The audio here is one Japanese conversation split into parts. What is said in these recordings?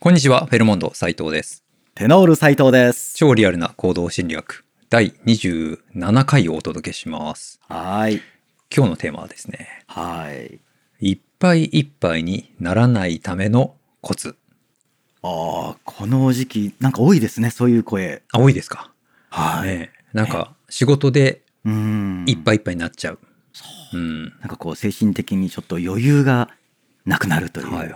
こんにちは、フェルモンド斉藤です。テノール斉藤です。超リアルな行動心理学第27回をお届けします。はい。今日のテーマはですね、はい。いっぱいいっぱいにならないためのコツ。ああ、この時期、なんか多いですね、そういう声。あ、多いですか、はい。ねえなんか仕事でうーん。いっぱい。いいっぱいになっちゃう。うん。なんかこう、精神的にちょっと余裕がなくなるという、はい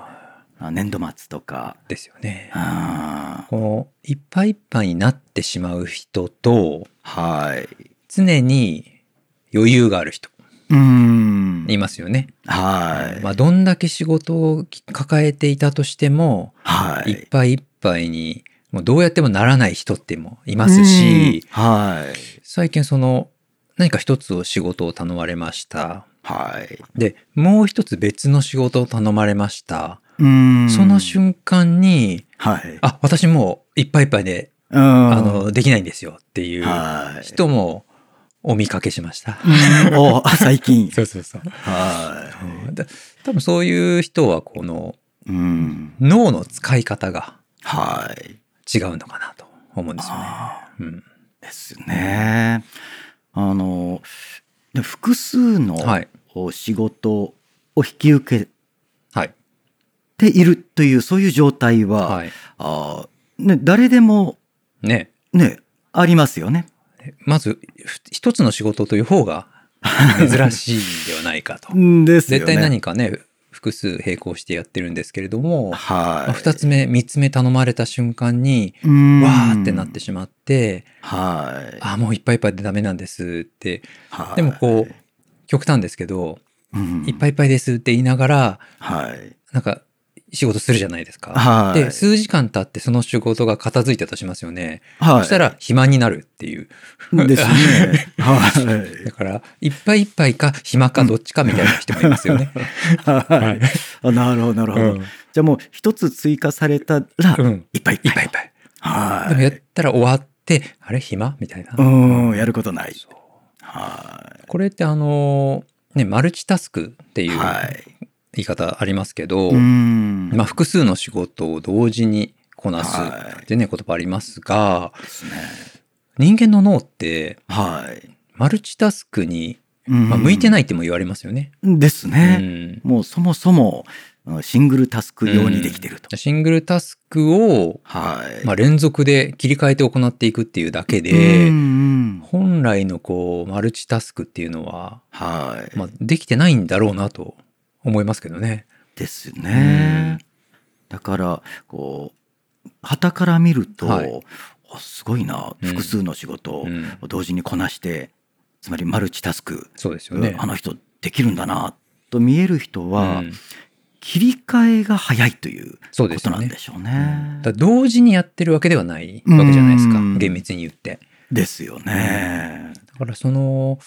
あ年度末とか。ですよね。あーこのいっぱいいっぱいになってしまう人と、はい。常に余裕がある人、うーん。いますよね。はい。まあ、どんだけ仕事を抱えていたとしても、はい。いっぱいいっぱいに、もうどうやってもならない人ってもいまうすんし、はい。最近その、何か一つを仕事を頼まれました。はい。で、もう一つ別の仕事を頼まれました。うーんその瞬間に、はい。あ、私もういっぱいいっぱいで、うん。あの、できないんですよっていうはい。人もお見かけしました。うんお最 近。そうそうそう。はだ多分そういう人は、このい。うん。脳の使い方がはい。違うのかなと思うんですよね。あうん、ーですね。あので複数のはいお仕事を引き受けはい。ているというそういう状態は、はい。あーね、誰でも、ね。ね、ありますよね。まず、ふ一つの仕事という方が珍しいんではないかと。ですよね。絶対何かね、複数並行してやってるんですけれども、はい、まあ二つ目、三つ目頼まれた瞬間に、うーんわーってなってしまって、はいあーもういっぱいいっぱいでダメなんですって。はいでもこう、極端ですけど、うんいっぱいいっぱいですって言いながら、はいなんか、仕事するじゃないですか。はいで、数時間経ってその仕事が片付いたとしますよね。はいそしたら、暇になるっていう。ですね はいだから、いっぱいいっぱいか、暇か、どっちかみたいな人もいますよね。はいあなるほど なるほど、うんじゃあもう一つ追加されたら、うん。いっぱいいっいぱっぱいいいっぱい。はいでもやったら終わって、あれ暇みたいな。うん、やることない。そうはこれってあのー、ね、マルチタスクってい。いうはい。言い方ありますけど、んまあ、複数の仕事を同時にこなすはいってね、言葉ありますが、ですね。人間の脳って、はい。マルチタスクに、ままあ、向いてい。ないっても言われますよね。ですうね。んもうそもそもうんシングルタスク用にできてると。シングルタスクを、はい。まあ、あ、連続で切り替えて行っていくっていうだけで、は本来のこうマルチタスクっていうのは、い。まあ、できてないんだろうなと思いますけどね。ですね。だから、こう、旗から見ると、はいあすごいな、うん複数の仕事をうん同時にこなして、つまりマルチタスク、そうですよね。あの人できるんだな、と見える人は、うん切り替えが早いというそうでこすとよなんねで。しょううんねだか。ら同時にやってるわけではないわけじゃないですかうん厳密に言って。ですよね。だからその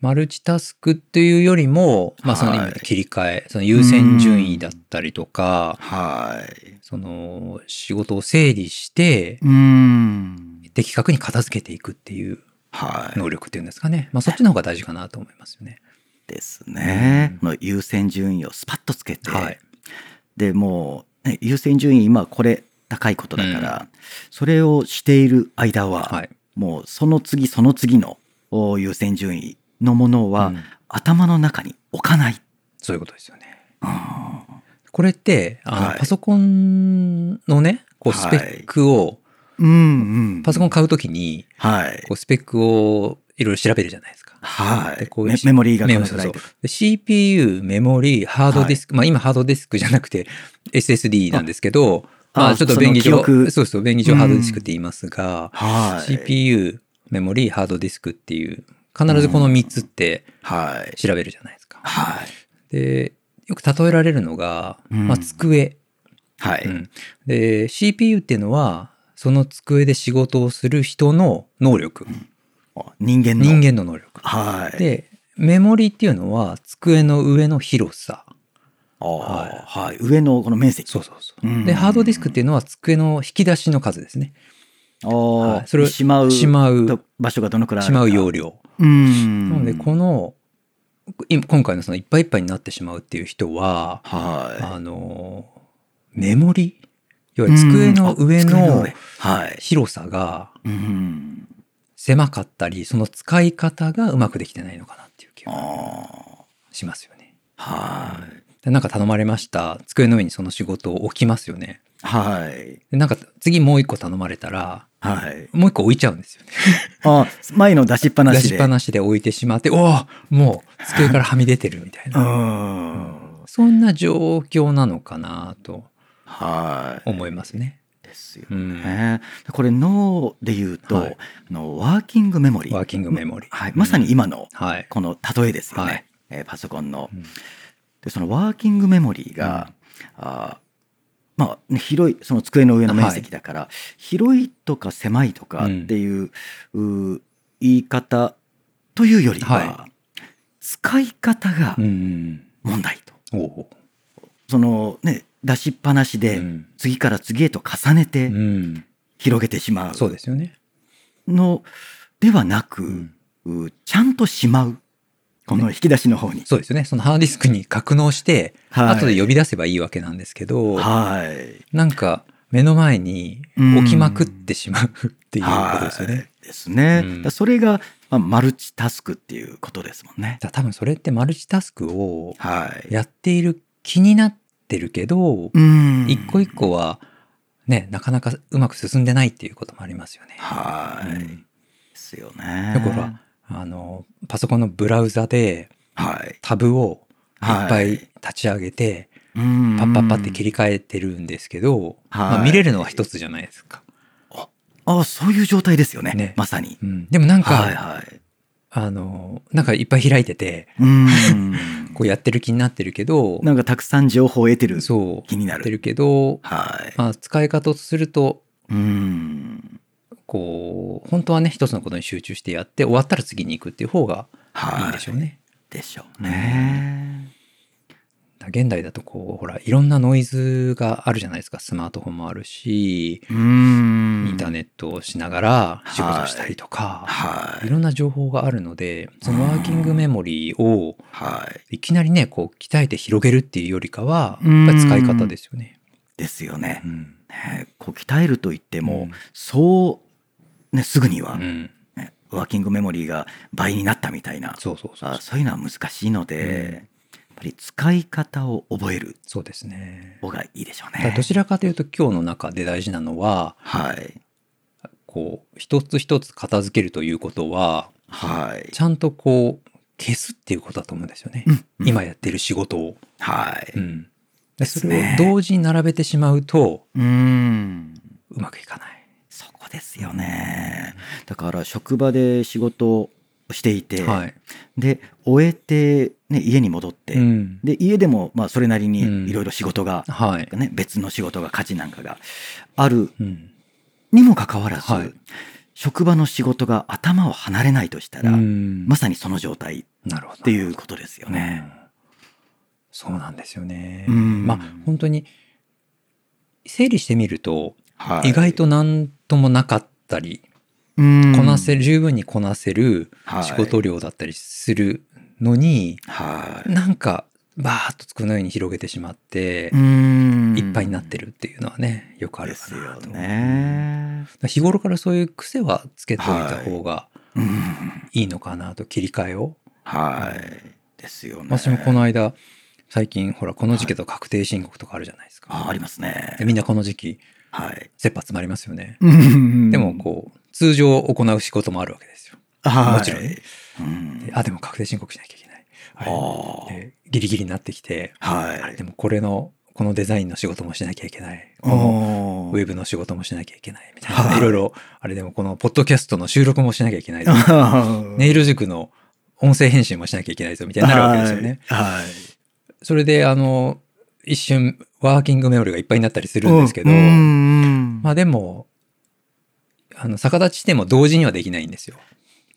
マルチタスクっていうよりも、まあ、その今はい切り替えその優先順位だったりとかはい。その仕事を整理してうん。的確に片付けていくっていうはい。能力っていうんですかね、まあ、そっちの方が大事かなと思いますよね。ですねうん。この優先順位をスパッとつけて、はいでもう、ね優先順位今これ高いことだから、それをしている間は、はい、もうその次その次のお優先順位のものは、うん頭の中に置かない。そういうことですよね。うんこれってあの、はいパソコンのねこうスペックを、うんうん。パソコン買うときにはい。こうスペックをいろいろ調べるじゃないですか。はでいこうメ。メモリーがこメモのそくうらそいうで。で CPU、メモリー、ハードディスク、まあ今ハードディスクじゃなくて SSD なんですけど、あまああちょっと便宜上、その記憶そうそう、便宜上ハードディスクって言いますが、はい。 CPU、メモリー、ハードディスクっていう、必ずこの3つってはい。調べるじゃないですか。はい。で、よく例えられるのが、うんまあ机。はうい。んで、CPU っていうのは、その机で仕事をする人の能力、人間の。人。間の能力。はい。、で、メモリーっていうのは机の上の広さ。はい。はい。上のこの面積。そうそうそうう。んで、ハードディスクっていうのは机の引き出しの数ですね。ああ、はいそれをしまう。しまう、場所がどのくらいあしるかまう容量。うん。なので、この、い今回のそのいっぱいいっぱいになってしまうっていう人は、はあの、メモリ要は机の上うんあ机のの上はい。広さがうん。狭かったり、その使い方がうまくできてないのかなっていう気あがあ。しますよね。はい。でなんか頼まれました。机の上にその仕事を置きますよね。はい。でなんか次もう一個頼まれたら、はい。もう一個置いちゃうんですよね。あ、前の出しっぱな出ししで。っぱなしで置いてしまって、おおもう机からはみ出てるみたいな。うん。そんな状況なのかなとはい。思いますね。ですようん。ね。これ脳で言うと、はいあのワーキングメモリー。ワーキングメモリー。はい、まさに今。今のはい。この例えですよね。はいえーパソコンのう。んでそのワーキングメモリーが、あーまあね、広いその机の上の面積だから、広いとか狭いとかっていう,、うー言い方というよりは、は使い方がうん。問題と。おお。そのね出しっぱなしで、うん次から次へと重ねてうん。広げてしまう。そうですよね。のではなく、んうちゃんとしまうこの引き出しの方に、そうですよね。そのハードディスクに格納して、はい後で呼び出せばいいわけなんですけど、はいなんか目の前に置きまくってしまうっていうことですよはいね。ですねうんだからそれが、まあ、マルチタスクっていうことですもんねだ多分それってマルチタスクをはいやっている気になってるけど、うん一個一個はね、なかなかうまく進んでないっていうこともありますよね。はい、うんですよねだから、あの、パソコンのブラウザではいタブをいっぱはい立ち上げて、パッパッパッパって切り替えてるんですけど、まあ、見れるのは一つじゃないですか。あそういう状態ですよねねまさにうん、でもなんか、はいはいあの、なんかいっぱい開いてて、うんこうやってる気になってるけど、なんかたくさん情報を得てるそう、気になやってるるけど、はいまあ、使い方とすると、うんこう、本当はね、一つのことに集中してやって、終わったら次に行くっていう方がはいいいんでしょうね。でしょうね。だから現代だとこう、ほら、いろんなノイズがあるじゃないですか。スマートフォンもあるし、うイんンターネットをしながら仕事したりとか、はいい。ろんな情報があるので、そのワーキングメモリーをはい。いきなりね、こう鍛えて広げるっていうよりかは、うやんっぱり使い方ですよね。ですよね。うん。ねこう鍛えるといってうも、んそう、ね、すぐには、うん。ねワーキングメモリーが倍になったみたいな、そうそうそうあそう。そういうのは難しいので、うんやっぱり使い方を覚えるそうですね。方がいいでしょうだからねど。ちらかというと今日の中で大事なのは、はい。こう、一つ一つ片付けるということは、はいち。ゃんとこう、消すっていうことだと思うんですよね。うんうん今やってる仕事を。はい。うん。でそですれねを同時に並べてしまうと、うん。うまくいかない。そこですよね。だから職場で仕事をしていて、はい。で終えて、ね、家に戻って、うん。で家でもまあそれなりうんにいろいろ仕事が、はい。ね別の仕事が家事なんかがあるうん。にもかかわらず、はい職場の仕事が頭を離れないとしたら、うんまさにその状態っなるほど。ていうことですよねね。。そうなんですよね。うんまあ本当に整理してみると、はい意外と何ともなかったり、ここなせるる十分にこなせるはい仕事量だったりするのに、はいなんかバーッと机のように広げてしまって、うんいっぱいになってるっていうのはねよくあるでかすなよと、ね。だから日頃からそういう癖はつけておいた方がうんいいのかなと切り替えをはい。ですよね。私もこの間最近ほらこの時期だと確定申告とかあるじゃないですか、あありますでね。みんなこの時期はい。切羽詰まりますよね、ででもこう通常行う仕事もあるわけですよはいもちろんねうんであでも確定申告しなきゃいけない、あはい、でギリギリになってきて、はいあれでもこれのこのデザインの仕事もしなきゃいけないこのおウーェブの仕事もしなきゃいけないみたいはな。いいろいろ、あれでもこのポッドキャストの収録もしなきゃいけ ないぞ。ネねイル塾の音声編集もしなきゃいけないぞみたいになるわけですよね。はい。はいそれで、あの、一瞬ワーキングメモリがいっぱいになったりするんですけど、うんうんまあでも、あの、逆立ちしても同時にはできないんですよ。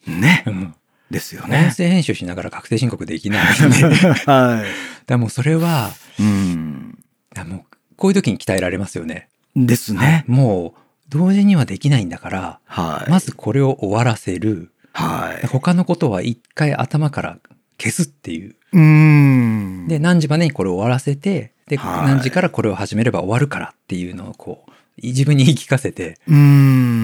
ねう。んですよ音ね。声編集しながら確定申告できないので、だかはらもうそれは、い。うん。あもうこういう時に鍛えられますよね。ですね。もう同時にはできないんだから、はい。まずこれを終わらせる。はい。他のことは一回頭から消すっていううん。うんで、何時までにこれを終わらせて、で、はい何時からこれを始めれば終わるからっていうのをこう、自分に言い聞かせてうーやんなきゃいんで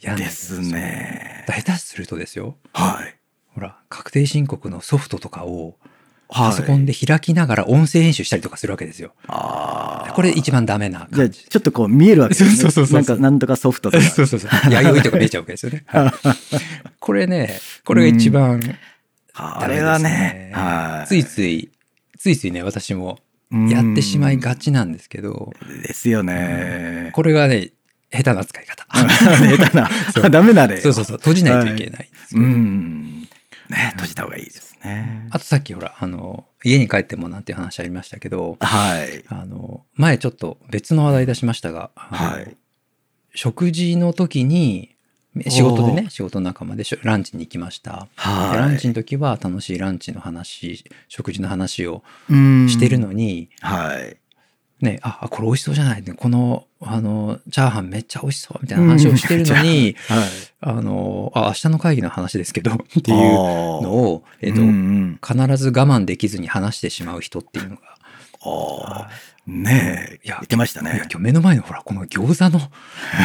けないす。ね。下手するとですよ、はい。ほら、確定申告のソフトとかをはい。パソコンで開きながら音声編集したりとかするわけですよ。ああ。これ一番ダメなじゃあ感じ。ちょっとこう見えるわけですね。そうそうそうそうなんか、なんとかソフトとか。そう そうそう。弥生とか出ちゃうわけですよね。 はいこれね、これが一番、あれはね、ダメではすい。ねついつい、ついついね、私もやってしまいがちなんですけど、うん。ですよね。これがね、下手な使い方。 下手な そう。ダメなれ。そうそうそう、閉じないといけないんですようねん。ね、閉じた方がいいですね。あとさっきほら、あの、家に帰ってもなんていう話ありましたけど、はい。あの、前ちょっと別の話題出しましたが、あのはい。食事の時に、仕事でね、仕事の仲間でしょランチに行きました。ではい。ランチの時は楽しいランチの話、食事の話をうんしてる。のに、はい。ね、あ、あこれ美味しそうじゃないね、この、あの、チャーハンめっちゃ美味しそうみたいな話を してるのに、はい。っあの、あ、明日の会議の話ですけ ど、ってていうののを、を、えっと、うんうん必ず我慢できずに話してしまう人っていうのが、あーねえ、いや言ってましたいやね。今日目の前のほら、この餃 子の、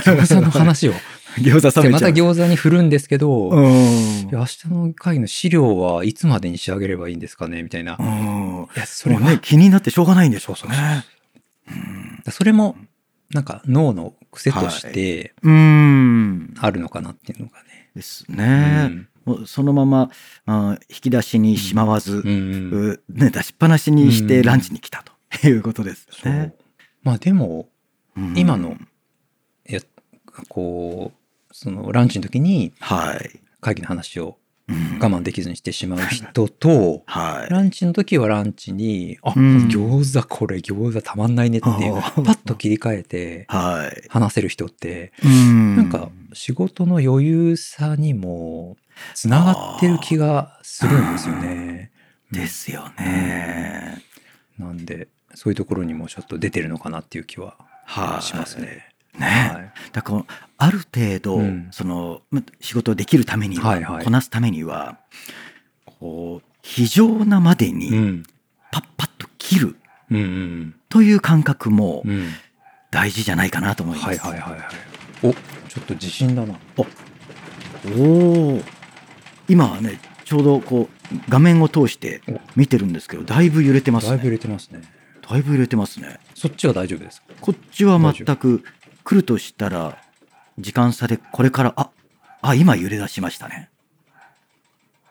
餃子の話を。餃子冷で、めまちたゃう。餃子に振るんですけど、いうんや明日の会の資料はいつまでに仕上げればいいんですかねみたいな。ういん。や、そそれれは、ね、気になってしょうがないんでしょうそうそうね。それも、なんか脳の癖としてうん。あるのかなっていうのがね。ですね。もうそのままあー引き出しにしまわずうん。、うんうんうね、出しっぱなしにしうてんランチに来たということですそようね。。まあでも、うん今の。いや、こう、そのランチの時にはい。会議の話をうん我慢できずにしてしまう人と、はい。ランチの時はランチに、あ、うん餃子これ餃子たまんないねっていう、あパーッと切り替えてはい。話せる人って、うんなんか仕事の余裕さにもつながってる気がするんですよね。ですよね。なんで、そういうところにもちょっと出てるのかなっていう気ははい。します。ね。ね。い。だからある程度、うんそのま仕事をできるためには、はいはいこなすためにはこう非常なまでうにん。パッパッと切るうんうんという感覚もうん。うん。大事じゃないかなと思います。はいはいはいはい。お、ちょっと自信だな。おお今はねちょうどこう画面を通して見てるんですけどだいぶ揺れてますだいぶね。揺れてますね。だいぶ揺れてますね。そっちは大丈夫ですかこっちは全く来るとしたら時間差でこれからああ今揺れ出しましたね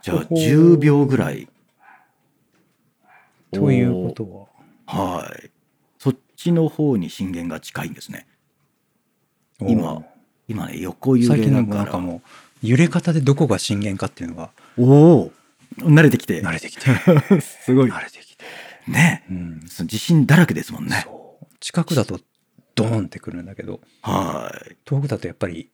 じゃあほほー10秒ぐらいということは。とはいそっちの方に震源が近いんですねおー今今ね横揺最れ近なのもがなんからもう揺れ方でどこが震源かっていうのがおお慣れてきて慣れてきてすごい慣れてきて、ねうん、その地震だらけですもんねそう近くだとドーンってくるんだけどはい遠くだとやっぱり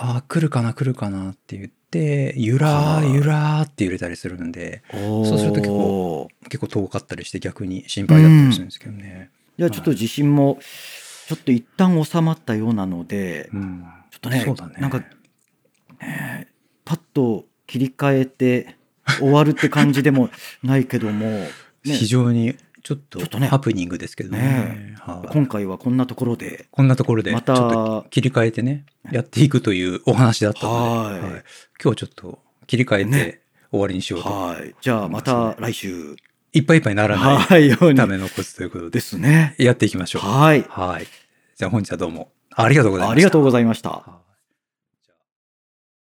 ああ来るかな来るかなって言ってゆらはいーゆらーって揺れたりするんでそうすると結構おー結構遠かったりして逆に心配だったりするんですけどね、じゃあちょっと地震もちょっと一旦収まったようなのでうんちょっとねそうだねなんかパッと切り替えて終わるって感じでもないけど も、ね、非常にちょっとちょっとねハプニングですけどねねはい今回はこんなところでこんなところで、ちょまっとた切り替えてね、やっていくというお話だったのはいで、はい今日はちょっと切り替えてね終わりにしようと。はいじゃあまた来週いっぱいいっぱいにならな はいよういたにめのコツということでで、すねやっていきましょう。はいはい。じゃあ本日はどうもありがとうございました。ありがとうございましたはい